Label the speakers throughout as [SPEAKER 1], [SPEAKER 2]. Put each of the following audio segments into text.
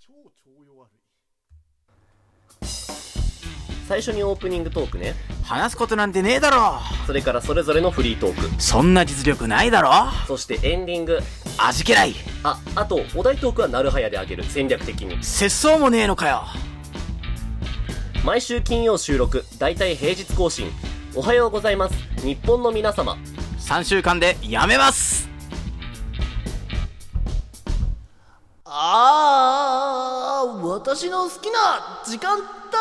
[SPEAKER 1] 超腸悪い
[SPEAKER 2] 最初にオープニングトークね
[SPEAKER 3] 話すことなんてねえだろ
[SPEAKER 2] それからそれぞれのフリートーク
[SPEAKER 3] そんな実力ないだろ
[SPEAKER 2] そしてエンディング
[SPEAKER 3] 味気ない
[SPEAKER 2] ああとお題トークはなるはやであげる戦略的に
[SPEAKER 3] 節操もねえのかよ
[SPEAKER 2] 毎週金曜収録大体平日更新おはようございます日本の皆様
[SPEAKER 3] 3週間でやめます
[SPEAKER 4] ああ、私の好きな時間帯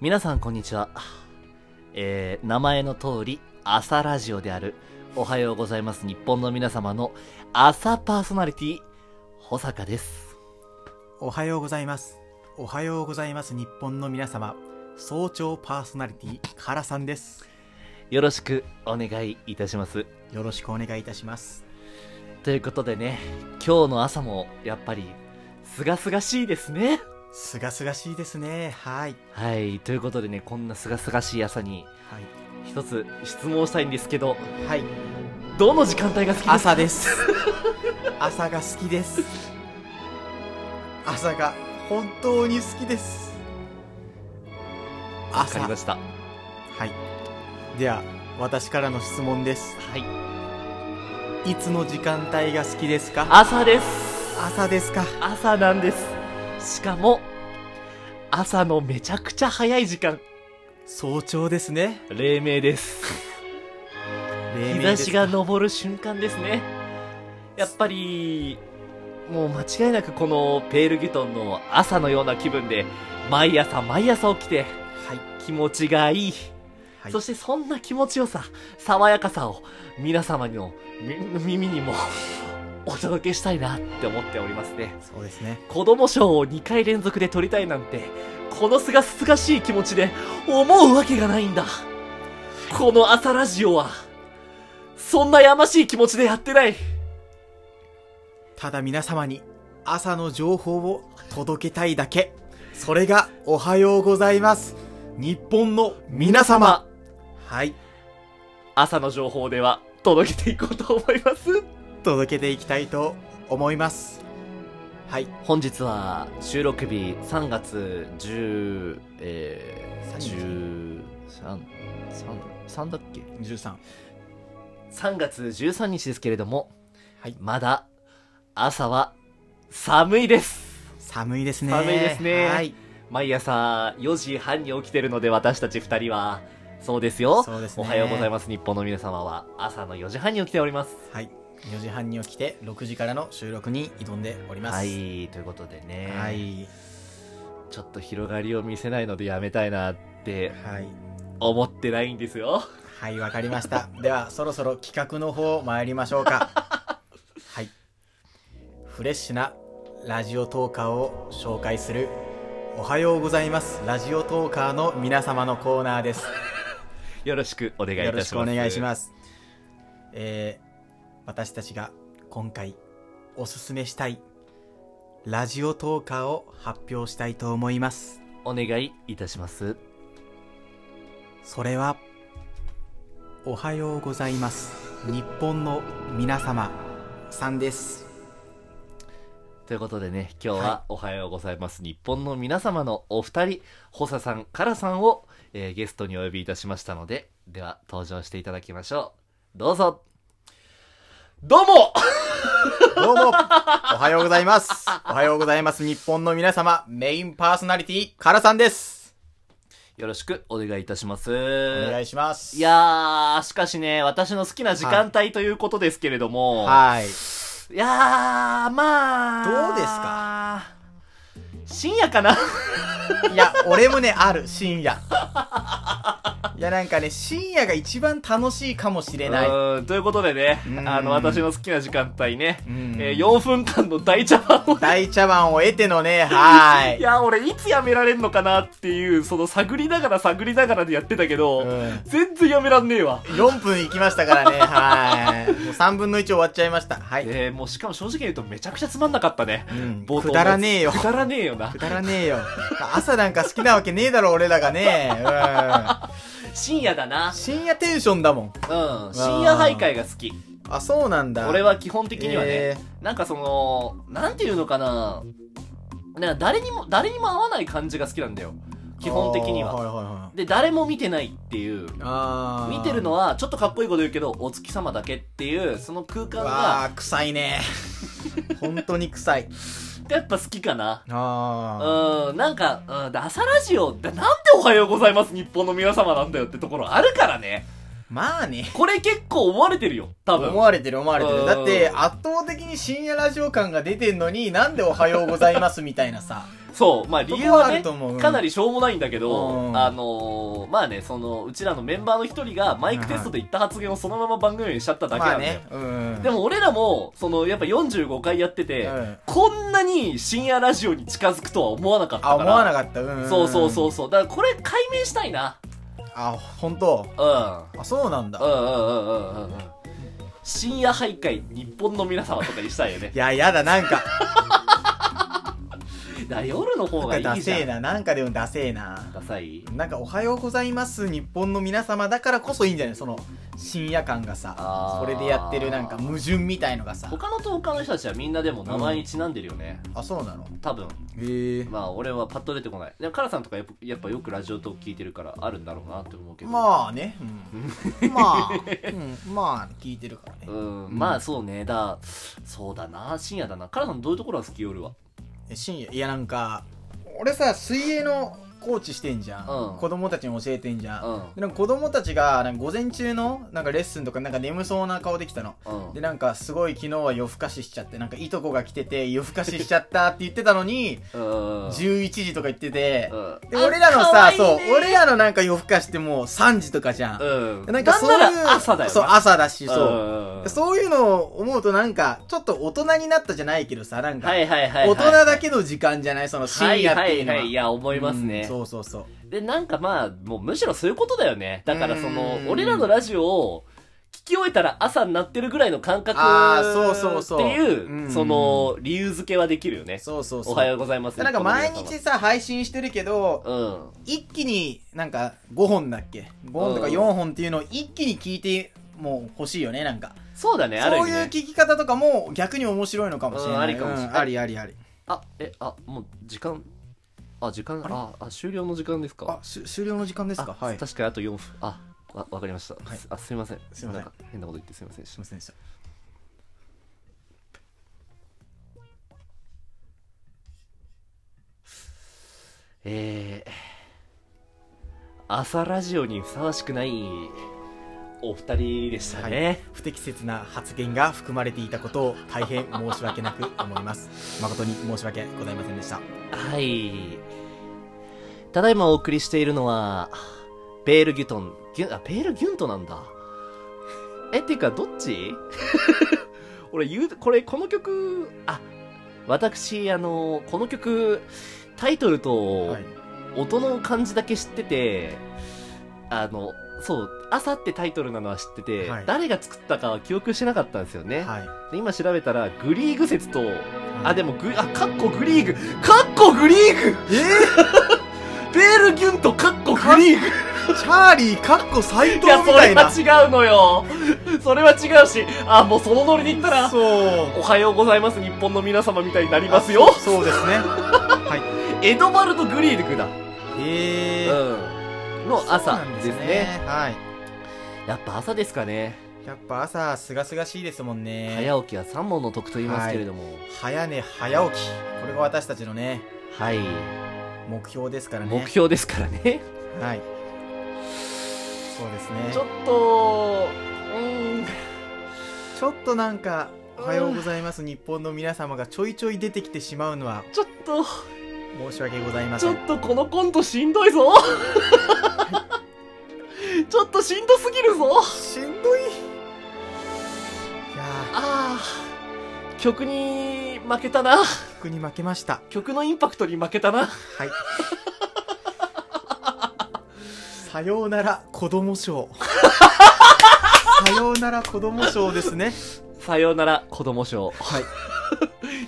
[SPEAKER 5] 皆さんこんにちは。えー、名前の通り、朝ラジオである、おはようございます日本の皆様の朝パーソナリティ、保坂です。
[SPEAKER 6] おはようございます。おはようございます。日本の皆様。早朝パーソナリティ、カラさんです。
[SPEAKER 5] よろしくお願いいたします。
[SPEAKER 6] よろしくお願いいたします。
[SPEAKER 5] ということでね、今日の朝もやっぱり、すがすがしいですね。
[SPEAKER 6] すがすがしいですね。はい。
[SPEAKER 5] はい、ということでね、こんなすがすがしい朝に、
[SPEAKER 6] はい。
[SPEAKER 5] 一つ質問したいんですけど、
[SPEAKER 6] はい。
[SPEAKER 5] どの時間帯が好きですか
[SPEAKER 6] 朝です。 朝が好きです。朝が本当に好きです。
[SPEAKER 5] わかり
[SPEAKER 6] 朝。
[SPEAKER 5] ました。
[SPEAKER 6] はい。では、私からの質問です。
[SPEAKER 5] はい。
[SPEAKER 6] いつの時間帯が好きですか
[SPEAKER 5] 朝です。
[SPEAKER 6] 朝ですか
[SPEAKER 5] 朝なんです。しかも、朝のめちゃくちゃ早い時間。
[SPEAKER 6] 早朝ですね。
[SPEAKER 5] 黎明です。
[SPEAKER 6] 黎
[SPEAKER 5] 日
[SPEAKER 6] 明
[SPEAKER 5] 差
[SPEAKER 6] で
[SPEAKER 5] し
[SPEAKER 6] す
[SPEAKER 5] が
[SPEAKER 6] か
[SPEAKER 5] 昇る瞬間ですね。やっぱり、もう間違いなくこのペールギュトンの朝のような気分で、毎朝毎朝起きて、気持ちがいい。
[SPEAKER 6] はい
[SPEAKER 5] そしてそんな気持ちよさ、爽やかさを皆様のみ耳にもお届けしたいなって思っておりますね。
[SPEAKER 6] そうですね。
[SPEAKER 5] 子供賞を2回連続で取りたいなんて、このすがすがしい気持ちで思うわけがないんだ。この朝ラジオは、そんなやましい気持ちでやってない。
[SPEAKER 6] ただ皆様に朝の情報を届けたいだけ。それがおはようございます。日本の皆様。はい。
[SPEAKER 5] 朝の情報では届けていこうと思います。
[SPEAKER 6] 届けていきたいと思います。はい。
[SPEAKER 5] 本日は収録日3月10、えー、13、3だっけ
[SPEAKER 6] 13。
[SPEAKER 5] 3月13日ですけれども、
[SPEAKER 6] はい
[SPEAKER 5] まだ朝は寒いです。
[SPEAKER 6] 寒いですね。
[SPEAKER 5] 寒いですね
[SPEAKER 6] はい。
[SPEAKER 5] 毎朝4時半に起きてるので私たち2人は、そうですよ。
[SPEAKER 6] そうですね
[SPEAKER 5] おはようございます。日本の皆様は朝の4時半に起きております。
[SPEAKER 6] はい。4時半に起きて6時からの収録に挑んでおります。
[SPEAKER 5] は。い、ということでね、
[SPEAKER 6] はい。
[SPEAKER 5] ちょっと広がりを見せないのでやめたいなって
[SPEAKER 6] はい。
[SPEAKER 5] 思ってないんですよ。
[SPEAKER 6] はい、わかりました。 では、そろそろ企画の方参りましょうか。 はい。フレッシュなラジオトーカーを紹介する、おはようございます。ラジオトーカーの皆様のコーナーです。
[SPEAKER 5] よろしくお願いい
[SPEAKER 6] よろ
[SPEAKER 5] た
[SPEAKER 6] し
[SPEAKER 5] し
[SPEAKER 6] く
[SPEAKER 5] ま
[SPEAKER 6] お
[SPEAKER 5] す。
[SPEAKER 6] 願いします。えー、私たちが今回おすすめしたい、ラジオトーカーを発表したいと思います。
[SPEAKER 5] お願いいたします。
[SPEAKER 6] それは、おはようございます。日本の皆様さんです。
[SPEAKER 5] ということでね、今日はおはようございます。日本の皆様のお二人、補佐さん、からさんを、えーゲストにお呼びいたしましたので、では登場していただきましょう。どうぞ。どうも
[SPEAKER 6] どうも、おはようございます。おはようございます。日本の皆様、メインパーソナリティ、カラさんです。
[SPEAKER 5] よろしくお願いいたします。
[SPEAKER 6] お願いします。
[SPEAKER 5] い、やー、しかしね、私の好きな時間帯ということですけれども、
[SPEAKER 6] はい。
[SPEAKER 5] い、やー、まあ、
[SPEAKER 6] どうです
[SPEAKER 5] か深夜かな
[SPEAKER 6] いや、俺もね、ある、深夜。いやなんかね、深夜が一番楽しいかもしれない。
[SPEAKER 5] うんということでね
[SPEAKER 6] う、ん
[SPEAKER 5] あの、私の好きな時間帯ね、
[SPEAKER 6] ん
[SPEAKER 5] えー4分間の大茶番を。
[SPEAKER 6] 大茶碗を得てのね、はーい。
[SPEAKER 5] いや、俺、いつやめられんのかなっていう、その探りながら探りながらでやってたけど、
[SPEAKER 6] うん
[SPEAKER 5] 全然やめらんねえわ。
[SPEAKER 6] 4分いきましたからね、はい。もう3分の1終わっちゃいました。はい。
[SPEAKER 5] えー、もうしかも正直言うとめちゃくちゃつまんなかったね。
[SPEAKER 6] うん
[SPEAKER 5] 冒頭の
[SPEAKER 6] くだらねえよ
[SPEAKER 5] くだらねえよな
[SPEAKER 6] く。だらねえよ。朝なんか好きなわけねえだろ、俺らがね。
[SPEAKER 5] 深夜だな
[SPEAKER 6] うん。。深夜テンションだもん。
[SPEAKER 5] うん。深夜徘徊が好き。
[SPEAKER 6] あ、そうなんだ。
[SPEAKER 5] 俺は基本的にはね、
[SPEAKER 6] え
[SPEAKER 5] なんかその、なんていうのかな。なんか誰にも、誰にも合わない感じが好きなんだよ。基本的に
[SPEAKER 6] あー
[SPEAKER 5] は。
[SPEAKER 6] はいはいはい。
[SPEAKER 5] で、誰も見てないっていう。
[SPEAKER 6] あー
[SPEAKER 5] 見てるのは、ちょっとかっこいいこと言うけど、お月様だけっていう、その空間
[SPEAKER 6] わ
[SPEAKER 5] が、
[SPEAKER 6] あ臭い ね本当に臭い
[SPEAKER 5] やっぱ好きかな。
[SPEAKER 6] あ
[SPEAKER 5] うん、なんか、うん、で朝ラジオってなんでおはようございます日本の皆様なんだよってところあるからね。
[SPEAKER 6] あまあね
[SPEAKER 5] これ結構思われてるよ、多分。
[SPEAKER 6] 思われてる思われて
[SPEAKER 5] う
[SPEAKER 6] る
[SPEAKER 5] ん
[SPEAKER 6] だって圧倒的に深夜ラジオ感が出てんのになんで「おはようございます」みたいなさ
[SPEAKER 5] そう、まあ 理由はね
[SPEAKER 6] そこはあると思ううん
[SPEAKER 5] かなりしょうもないんだけど、
[SPEAKER 6] うん
[SPEAKER 5] あのー、まあね、その、うちらのメンバーの一人がマイクテストで言った発言をそのまま番組にしちゃっただけ
[SPEAKER 6] ま
[SPEAKER 5] な
[SPEAKER 6] あ
[SPEAKER 5] んだよ
[SPEAKER 6] ね。うん
[SPEAKER 5] でも俺らも、その、やっぱ45回やってて、
[SPEAKER 6] うん
[SPEAKER 5] こんなに深夜ラジオに近づくとは思わなかったか
[SPEAKER 6] あ
[SPEAKER 5] ら。
[SPEAKER 6] 思わなかったうん
[SPEAKER 5] そうそうそううそう。だからこれ解明したいな。
[SPEAKER 6] あ本当
[SPEAKER 5] うん。うん
[SPEAKER 6] あそうなんだ
[SPEAKER 5] うんうんうんうんうん。深夜徘徊、日本の皆様とかにしたいよね
[SPEAKER 6] い。ややだな んか
[SPEAKER 5] だから夜の方がい
[SPEAKER 6] なんか
[SPEAKER 5] い
[SPEAKER 6] ダ
[SPEAKER 5] じ
[SPEAKER 6] セ
[SPEAKER 5] ゃ
[SPEAKER 6] え
[SPEAKER 5] ん。
[SPEAKER 6] ななんかでもダセえな
[SPEAKER 5] ダサい
[SPEAKER 6] なんか「おはようございます日本の皆様」だからこそいいんじゃないその深夜感が
[SPEAKER 5] あ
[SPEAKER 6] さ
[SPEAKER 5] ー
[SPEAKER 6] それでやってるなんか矛盾みたいのがさ
[SPEAKER 5] 他のトーカーの人たちはみんなでも名前にちなんでるよね。
[SPEAKER 6] あそうなの
[SPEAKER 5] 多分。
[SPEAKER 6] へえ
[SPEAKER 5] まあ俺はパッと出てこない。でもカラさんとかやっぱやっぱよくラジオトーク聞いてるからあるんだろうなって思うけど。あ。
[SPEAKER 6] まあね、 うん、まあ、うん、まあ聞いてるからね
[SPEAKER 5] うん、まあそうね。だ、そうだな。深夜だな。カラさんどういうところが好き夜は。
[SPEAKER 6] え深夜いやなんか俺さ水泳のコーチしてんじゃん、
[SPEAKER 5] うん
[SPEAKER 6] 子供たちに教えてんじゃん、
[SPEAKER 5] うん
[SPEAKER 6] でなんか子供たちがなんか午前中のなんかレッスンとかなんか眠そうな顔できたの
[SPEAKER 5] うん
[SPEAKER 6] で。なんかすごい昨日は夜更かししちゃってなんかいとこが来てて夜更かししちゃったって言ってたのに
[SPEAKER 5] うん。
[SPEAKER 6] 11時とか言ってて、
[SPEAKER 5] うん
[SPEAKER 6] で俺らのさそう俺
[SPEAKER 5] ら
[SPEAKER 6] らのなんか夜更かしってもう3時とかじゃん、
[SPEAKER 5] うん。
[SPEAKER 6] なんかそう
[SPEAKER 5] なん
[SPEAKER 6] い
[SPEAKER 5] な
[SPEAKER 6] う
[SPEAKER 5] ら朝だよな。
[SPEAKER 6] そう朝だしそう、
[SPEAKER 5] うん
[SPEAKER 6] でそういうのを思うとなんか、ちょっと大人になったじゃないけどさ、なんか、
[SPEAKER 5] はいはいはいはい。
[SPEAKER 6] 大人だけの時間じゃないその深夜っていうのは。
[SPEAKER 5] はいはいはい、いや、思います
[SPEAKER 6] うん
[SPEAKER 5] ね。
[SPEAKER 6] そうそうそう。
[SPEAKER 5] で、なんかまあ、もうむしろそういうことだよね。だからその
[SPEAKER 6] う、ん
[SPEAKER 5] 俺らのラジオを聞き終えたら朝になってるぐらいの感覚
[SPEAKER 6] あーそうそうそう
[SPEAKER 5] っていう、
[SPEAKER 6] うん
[SPEAKER 5] その、理由付けはできるよね。
[SPEAKER 6] そうそうそう。
[SPEAKER 5] おはようございます。
[SPEAKER 6] なんか毎
[SPEAKER 5] この
[SPEAKER 6] 日
[SPEAKER 5] 皆
[SPEAKER 6] さ、配信してるけど、
[SPEAKER 5] 様、
[SPEAKER 6] 一気になんか5本だっけ ?5 本とか
[SPEAKER 5] うん
[SPEAKER 6] 4本っていうのを一気に聞いて、もう欲しいよね、なんか。
[SPEAKER 5] うん。そうだね、ある意
[SPEAKER 6] そう
[SPEAKER 5] 味、ね。
[SPEAKER 6] いう聞き方とかも逆に面白いのかもしれ
[SPEAKER 5] うん
[SPEAKER 6] な
[SPEAKER 5] あ
[SPEAKER 6] い。
[SPEAKER 5] りかもしれない
[SPEAKER 6] うんありありあり。
[SPEAKER 5] あ、え、あ、もう時間、あ、時間、あ、あ終了の時間ですか
[SPEAKER 6] あ、し終了の時間ですか
[SPEAKER 5] あ
[SPEAKER 6] はい。すい
[SPEAKER 5] 確かにあと4分。あ、わ、わかりました。
[SPEAKER 6] はい
[SPEAKER 5] すあ、すみません。
[SPEAKER 6] すいませ
[SPEAKER 5] な
[SPEAKER 6] ん
[SPEAKER 5] んか変なこと言ってすみません。
[SPEAKER 6] ませんでした。
[SPEAKER 5] えー、朝ラジオにふさわしくないお二人でしたね。
[SPEAKER 6] 不適切な発言が含まれていたことを大変申し訳なく思 います誠に申し訳ございませんでした
[SPEAKER 5] はい。ただいまお送りしているのは、ペールギュトン、ギュン、あ、ペールギュントなんだ。え、っていうか、どっち 俺言う、これ、この曲、あ、私、あの、この曲、タイトルと、
[SPEAKER 6] はい
[SPEAKER 5] 音の感じだけ知ってて、あの、そう、朝ってタイトルなのは知ってて、
[SPEAKER 6] はい
[SPEAKER 5] 誰が作ったかは記憶してなかったんですよね。
[SPEAKER 6] はい
[SPEAKER 5] で今調べたら、グリーグ説と、あ、で
[SPEAKER 6] も
[SPEAKER 5] もグ、あ、カッコグリーグカッコグリーグ
[SPEAKER 6] え
[SPEAKER 5] ベールギュンとカッコグリーグ
[SPEAKER 6] ー、チャーリーかっこ斎
[SPEAKER 5] い
[SPEAKER 6] 藤
[SPEAKER 5] や、
[SPEAKER 6] み
[SPEAKER 5] そ
[SPEAKER 6] たい
[SPEAKER 5] れ
[SPEAKER 6] な
[SPEAKER 5] は違うのよそれは違うし、あ、もうそのノリで言ったら、
[SPEAKER 6] そう
[SPEAKER 5] おはようございます日本の皆様みたいになりますよ
[SPEAKER 6] そうですねは
[SPEAKER 5] エドバルド・グリーグだ。
[SPEAKER 6] いへえー
[SPEAKER 5] うん。の朝
[SPEAKER 6] そうなん
[SPEAKER 5] ですね。
[SPEAKER 6] はい
[SPEAKER 5] やっぱ朝ですかね。
[SPEAKER 6] やっぱ朝すがすがしいですもんね
[SPEAKER 5] 早起きは三問の得と言いますけれども、
[SPEAKER 6] 早寝早起きこれが私たちのね
[SPEAKER 5] はい、
[SPEAKER 6] 目標ですからね
[SPEAKER 5] 目標ですから ね。
[SPEAKER 6] はいそうですね
[SPEAKER 5] ちょっと、うーん、
[SPEAKER 6] ちょっとなんか「おはようございます日本の皆様」がちょいちょい出てきてしまうのは
[SPEAKER 5] ちょっと、
[SPEAKER 6] 申し訳ございま
[SPEAKER 5] ち
[SPEAKER 6] せ
[SPEAKER 5] ょっ
[SPEAKER 6] ん
[SPEAKER 5] とこのコントしんどいぞ。ちょっとしんどすぎるぞ
[SPEAKER 6] しんどいいや
[SPEAKER 5] ああ曲に負けたな
[SPEAKER 6] ー曲に負けました
[SPEAKER 5] 曲のインパクトに負けたな
[SPEAKER 6] はいさようなら子供賞さようなら子供賞ですね
[SPEAKER 5] さようなら子供賞
[SPEAKER 6] はい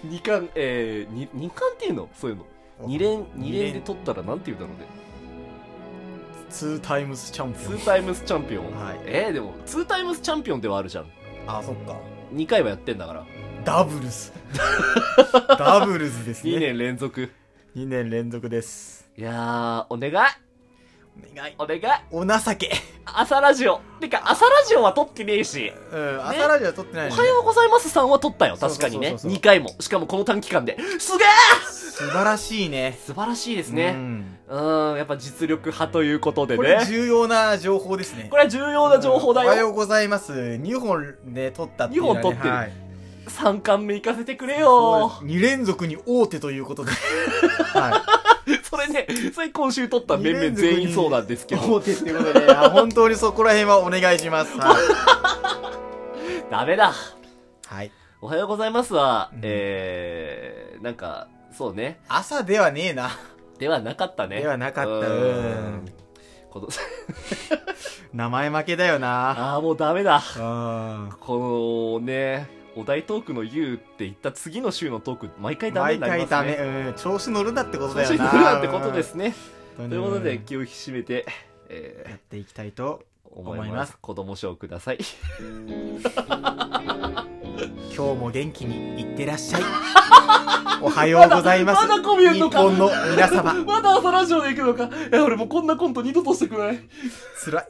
[SPEAKER 5] 2巻えー、に二巻っていうのそういうの2連二連で取ったらなんていうんだろうね
[SPEAKER 6] ツータイムズチャンピオン
[SPEAKER 5] 2タイムスチャンピオン、
[SPEAKER 6] はい
[SPEAKER 5] えー、でも2タイムスチャンピオンではあるじゃん
[SPEAKER 6] あそっか
[SPEAKER 5] 2回はやってんだ から
[SPEAKER 6] ダブルスダブルスですね
[SPEAKER 5] 2年連続
[SPEAKER 6] 二年連続です
[SPEAKER 5] いやーお願い
[SPEAKER 6] お願い
[SPEAKER 5] お願い
[SPEAKER 6] お情け
[SPEAKER 5] 朝ラジオてか朝ラジオは撮ってねえし
[SPEAKER 6] うん朝ラジオは撮ってな
[SPEAKER 5] お
[SPEAKER 6] いの
[SPEAKER 5] はようございますさんは撮ったよ
[SPEAKER 6] そうそう
[SPEAKER 5] 確
[SPEAKER 6] そ
[SPEAKER 5] か
[SPEAKER 6] うそ
[SPEAKER 5] に
[SPEAKER 6] う
[SPEAKER 5] ね2回もしかもこの短期間ですげえ
[SPEAKER 6] 素晴らしいね
[SPEAKER 5] 素晴らしいです
[SPEAKER 6] う
[SPEAKER 5] ね
[SPEAKER 6] ん
[SPEAKER 5] うーんやっぱ実力派ということで
[SPEAKER 6] これ
[SPEAKER 5] ね
[SPEAKER 6] 重要な情報ですね
[SPEAKER 5] これは重要な情報だ
[SPEAKER 6] おはよ
[SPEAKER 5] よ
[SPEAKER 6] うございます2本で撮ったっていうのはね
[SPEAKER 5] 二本撮ってる
[SPEAKER 6] はい
[SPEAKER 5] 3巻目行かせてくれ
[SPEAKER 6] そう
[SPEAKER 5] よ
[SPEAKER 6] です2連続に大手ということ で、は
[SPEAKER 5] それね、それ今週撮った面々全員そうなんです
[SPEAKER 6] い、
[SPEAKER 5] けど、
[SPEAKER 6] 大手っていうことで、 いや本当にそこら辺はお願いします。はい。
[SPEAKER 5] ダメだ。
[SPEAKER 6] はい、
[SPEAKER 5] おはようございますは、
[SPEAKER 6] うん
[SPEAKER 5] えー、なんか、そうね、
[SPEAKER 6] 朝ではねえな。
[SPEAKER 5] ではなかったね。
[SPEAKER 6] ではなかった
[SPEAKER 5] うー
[SPEAKER 6] うん
[SPEAKER 5] ん。この、
[SPEAKER 6] 名前負けだよな。
[SPEAKER 5] ああ、もうダメだ。
[SPEAKER 6] うん
[SPEAKER 5] このね、お題トークの YOU って言った次の週のトーク、毎回ダメ
[SPEAKER 6] 毎
[SPEAKER 5] になり
[SPEAKER 6] 回
[SPEAKER 5] ます
[SPEAKER 6] ダメ、
[SPEAKER 5] ね。
[SPEAKER 6] うん。調子乗るなってこと
[SPEAKER 5] そ
[SPEAKER 6] だ
[SPEAKER 5] し
[SPEAKER 6] よ
[SPEAKER 5] て
[SPEAKER 6] な。
[SPEAKER 5] 来るなってことです
[SPEAKER 6] ん。
[SPEAKER 5] ね。
[SPEAKER 6] と
[SPEAKER 5] ということで、気を引き締めて、えー
[SPEAKER 6] やっていきたいと。
[SPEAKER 5] 思
[SPEAKER 6] 思
[SPEAKER 5] い
[SPEAKER 6] い
[SPEAKER 5] ま
[SPEAKER 6] ますす。
[SPEAKER 5] 子供賞ください。
[SPEAKER 6] 今日も元気にいってらっ しゃい。おはようございます。
[SPEAKER 5] まだこびえんの
[SPEAKER 6] 日
[SPEAKER 5] か
[SPEAKER 6] 本の皆様、
[SPEAKER 5] まだ朝ラジオで行くのか。いや、俺もうこんなコント二度としてくれない。
[SPEAKER 6] 辛い。